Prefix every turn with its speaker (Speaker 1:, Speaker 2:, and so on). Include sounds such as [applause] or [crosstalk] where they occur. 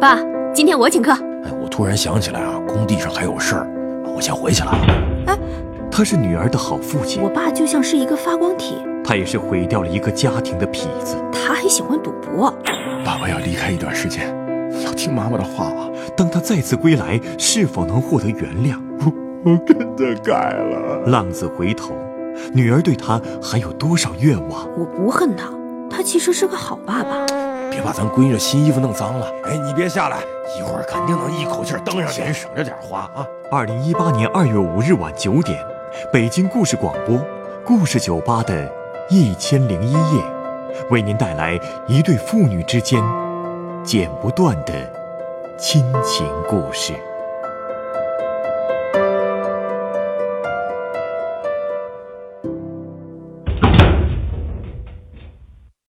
Speaker 1: 爸，今天我请客。
Speaker 2: 哎，我突然想起来啊，工地上还有事儿，我先回去了。
Speaker 3: 他是女儿的好父亲
Speaker 4: 我，爸就像是一个发光体，
Speaker 3: 他也是毁掉了一个家庭的痞子。
Speaker 4: 他还喜欢赌博。
Speaker 2: 爸爸要离开一段时间，要听妈妈的话 [laughs] 啊。
Speaker 3: 当他再次归来，是否能获得原谅？
Speaker 2: 我真的改了。
Speaker 3: 浪子回头，女儿对他还有多少愿望？
Speaker 4: 我不恨他，他其实是个好爸爸。
Speaker 2: 别把咱闺女的新衣服弄脏了。哎，你别下来，一会儿肯定能一口气儿蹬上去。钱省着点花啊。
Speaker 3: 二零一八年二月五日晚九点，北京故事广播故事酒吧的《一千零一夜》，为您带来一对父女之间剪不断的亲情故事。